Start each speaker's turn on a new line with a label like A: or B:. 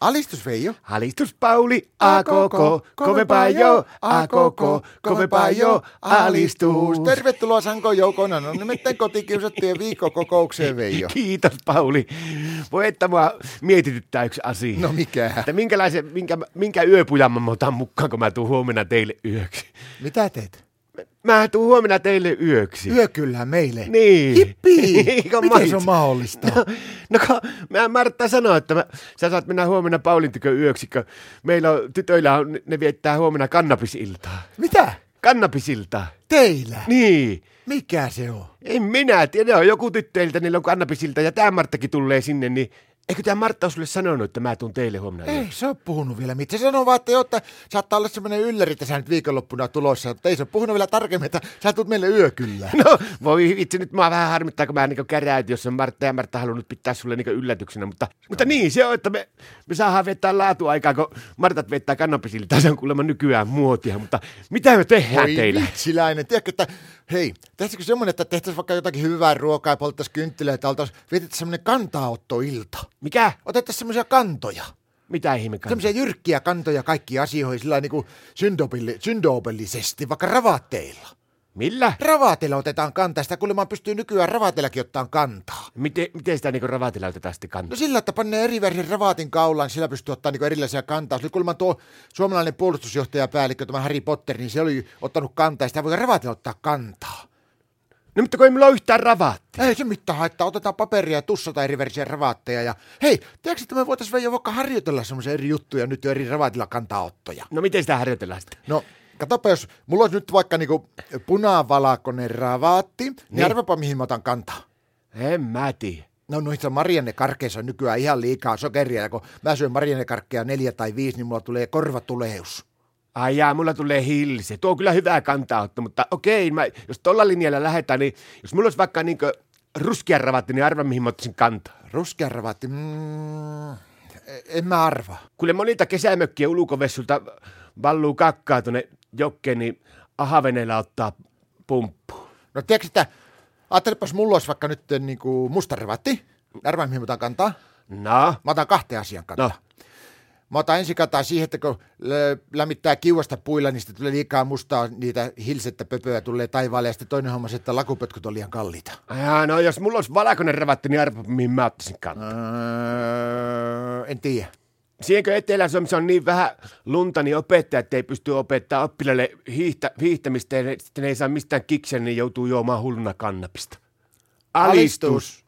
A: Alistus Veijo.
B: Alistus Pauli, a koko, kovempaa jo, a koko, kovempaa jo, alistus.
A: Tervetuloa Sanko Joukona, no nimittäin kotikiusattujen viikkokokoukseen Veijo.
B: Kiitos Pauli. Voi että mua mietityttää yksi asia.
A: No mikä?
B: Että minkälaisen, minkä, minkä yöpujan mä otan mukaan, kun mä tuun huomenna teille yöksi.
A: Mitä teet?
B: Mä tuun huomenna teille yöksi.
A: Yö kyllä meille.
B: Niin.
A: Hippii! Miten
B: Eikä
A: se
B: mainitse.
A: on mahdollista?
B: No, no kun mä Martta sanoi, että mä, sä saat mennä huomenna Paulin tykö yöksi, kun meillä on, tytöillä on, ne viettää huomenna kannabisiltaa.
A: Mitä?
B: Kannabisiltaa.
A: Teillä?
B: Niin.
A: Mikä se on?
B: En minä tiedä, on joku tyttöiltä, niillä on kannabisilta ja tämä Marttakin tulee sinne, niin eikö tämä Martta ole sulle sanonut, että mä tuun teille huomenna?
A: Ei se ole puhunut vielä. Mitä se sanoo vaan, että, joo, että saattaa olla semmoinen ylläri tässä nyt viikonloppuna tulossa. Mutta ei se ole puhunut vielä tarkemmin, että sä tulet meille yö kyllä.
B: No, voi vitsi, nyt mua vähän harmittaa, kun mä niinku käräytin, jos on Martta ja Martta halunnut pitää sulle niinku yllätyksenä, mutta, mutta niin se on, että me, me saadaan viettää laatuaikaa, kun Martat viettää kannabisilta, se on kuulemma nykyään muotia, mutta mitä me tehdään
A: Voi
B: teille?
A: vitsiläinen. Tiedätkö, että hei, tehtäisikö semmoinen, että tehtäisiin vaikka jotakin hyvää ruokaa ja polttaisiin kynttilöitä, oltaisiin vietettäisiin semmoinen kantaottoilta.
B: Mikä?
A: Otettaisiin semmoisia kantoja,
B: Mitä ihme kannattaa?
A: semmoisia jyrkkiä kantoja kaikkiin asioihin sillä niin syndobillisesti, vaikka ravaatteilla.
B: Millä?
A: Ravaateilla otetaan kantaa, sitä kuulemma pystyy nykyään ravaateillakin ottaan kantaa.
B: Miten, miten sitä niinku ravatilla otetaan sitten kantaa?
A: No sillä, että panne eri värin ravaatin kaulaan, niin sillä pystyy ottaa niin erilaisia kantaa. Se oli kuulemma tuo suomalainen puolustusjohtajapäällikkö, tämä Harry Potter, niin se oli ottanut kantaa, ja sitä voi ravaatilla ottaa kantaa.
B: No, mutta kun ei mulla ole yhtään ravaattia.
A: Ei se mitään haittaa, otetaan paperia ja tussata eri värisiä ravaatteja. Ja... Hei, tiedätkö, että me voitaisiin Veijo vaikka harjoitella semmoisia eri juttuja nyt jo eri ravaatilla kantaa ottoja?
B: No miten sitä harjoitellaan sitten?
A: No, katsopa, jos mulla olisi nyt vaikka niinku punavalakonen ravaatti, niin, niin arvapa mihin mä otan kantaa.
B: En mä tiedä.
A: No noissa marjannekarkeissa on nykyään ihan liikaa sokeria, ja kun mä syön marjannekarkkeja neljä tai viisi, niin mulla tulee korvatuleus.
B: Ai jaa, mulla tulee hilse. Tuo on kyllä hyvää kantaa otto, mutta okei, mä, jos tuolla linjalla lähdetään, niin jos mulla olisi vaikka niinkö ruskea ravatti, niin arva mihin mä ottaisin kantaa.
A: Ruskea ravaatti, mm, en mä arva.
B: Kuule monilta kesämökkien ulkovessulta valluu kakkaa tuonne jokkeen, niin ahaveneellä ottaa pumppu.
A: No tiedätkö, että ajattelepas mulla olisi vaikka nyt niin kuin musta ravaatti, arvaa mihin mä otan kantaa.
B: No,
A: Mä otan kahteen asian kantaa.
B: no,
A: No. Mä otan ensin kantaa siihen, että kun lö- lämmittää kiuasta puilla, niin sitten tulee liikaa mustaa, niitä hilsettä pöpöä tulee taivaalle. Ja sitten toinen homma se, että lakupötköt on liian kalliita.
B: Jaa, no jos mulla olisi valakonen ravatti, niin arva mihin mä ottaisin kantaa.
A: Öö, en tiedä.
B: Siihenkö Etelä-Suomessa on niin vähän lunta, niin opettajat ei pysty opettaa oppilaille hiihtä, hiihtämistä ja ne- sitten ne ei saa mistään kiksen, niin joutuu juomaan hulluna kannabista. Alistus!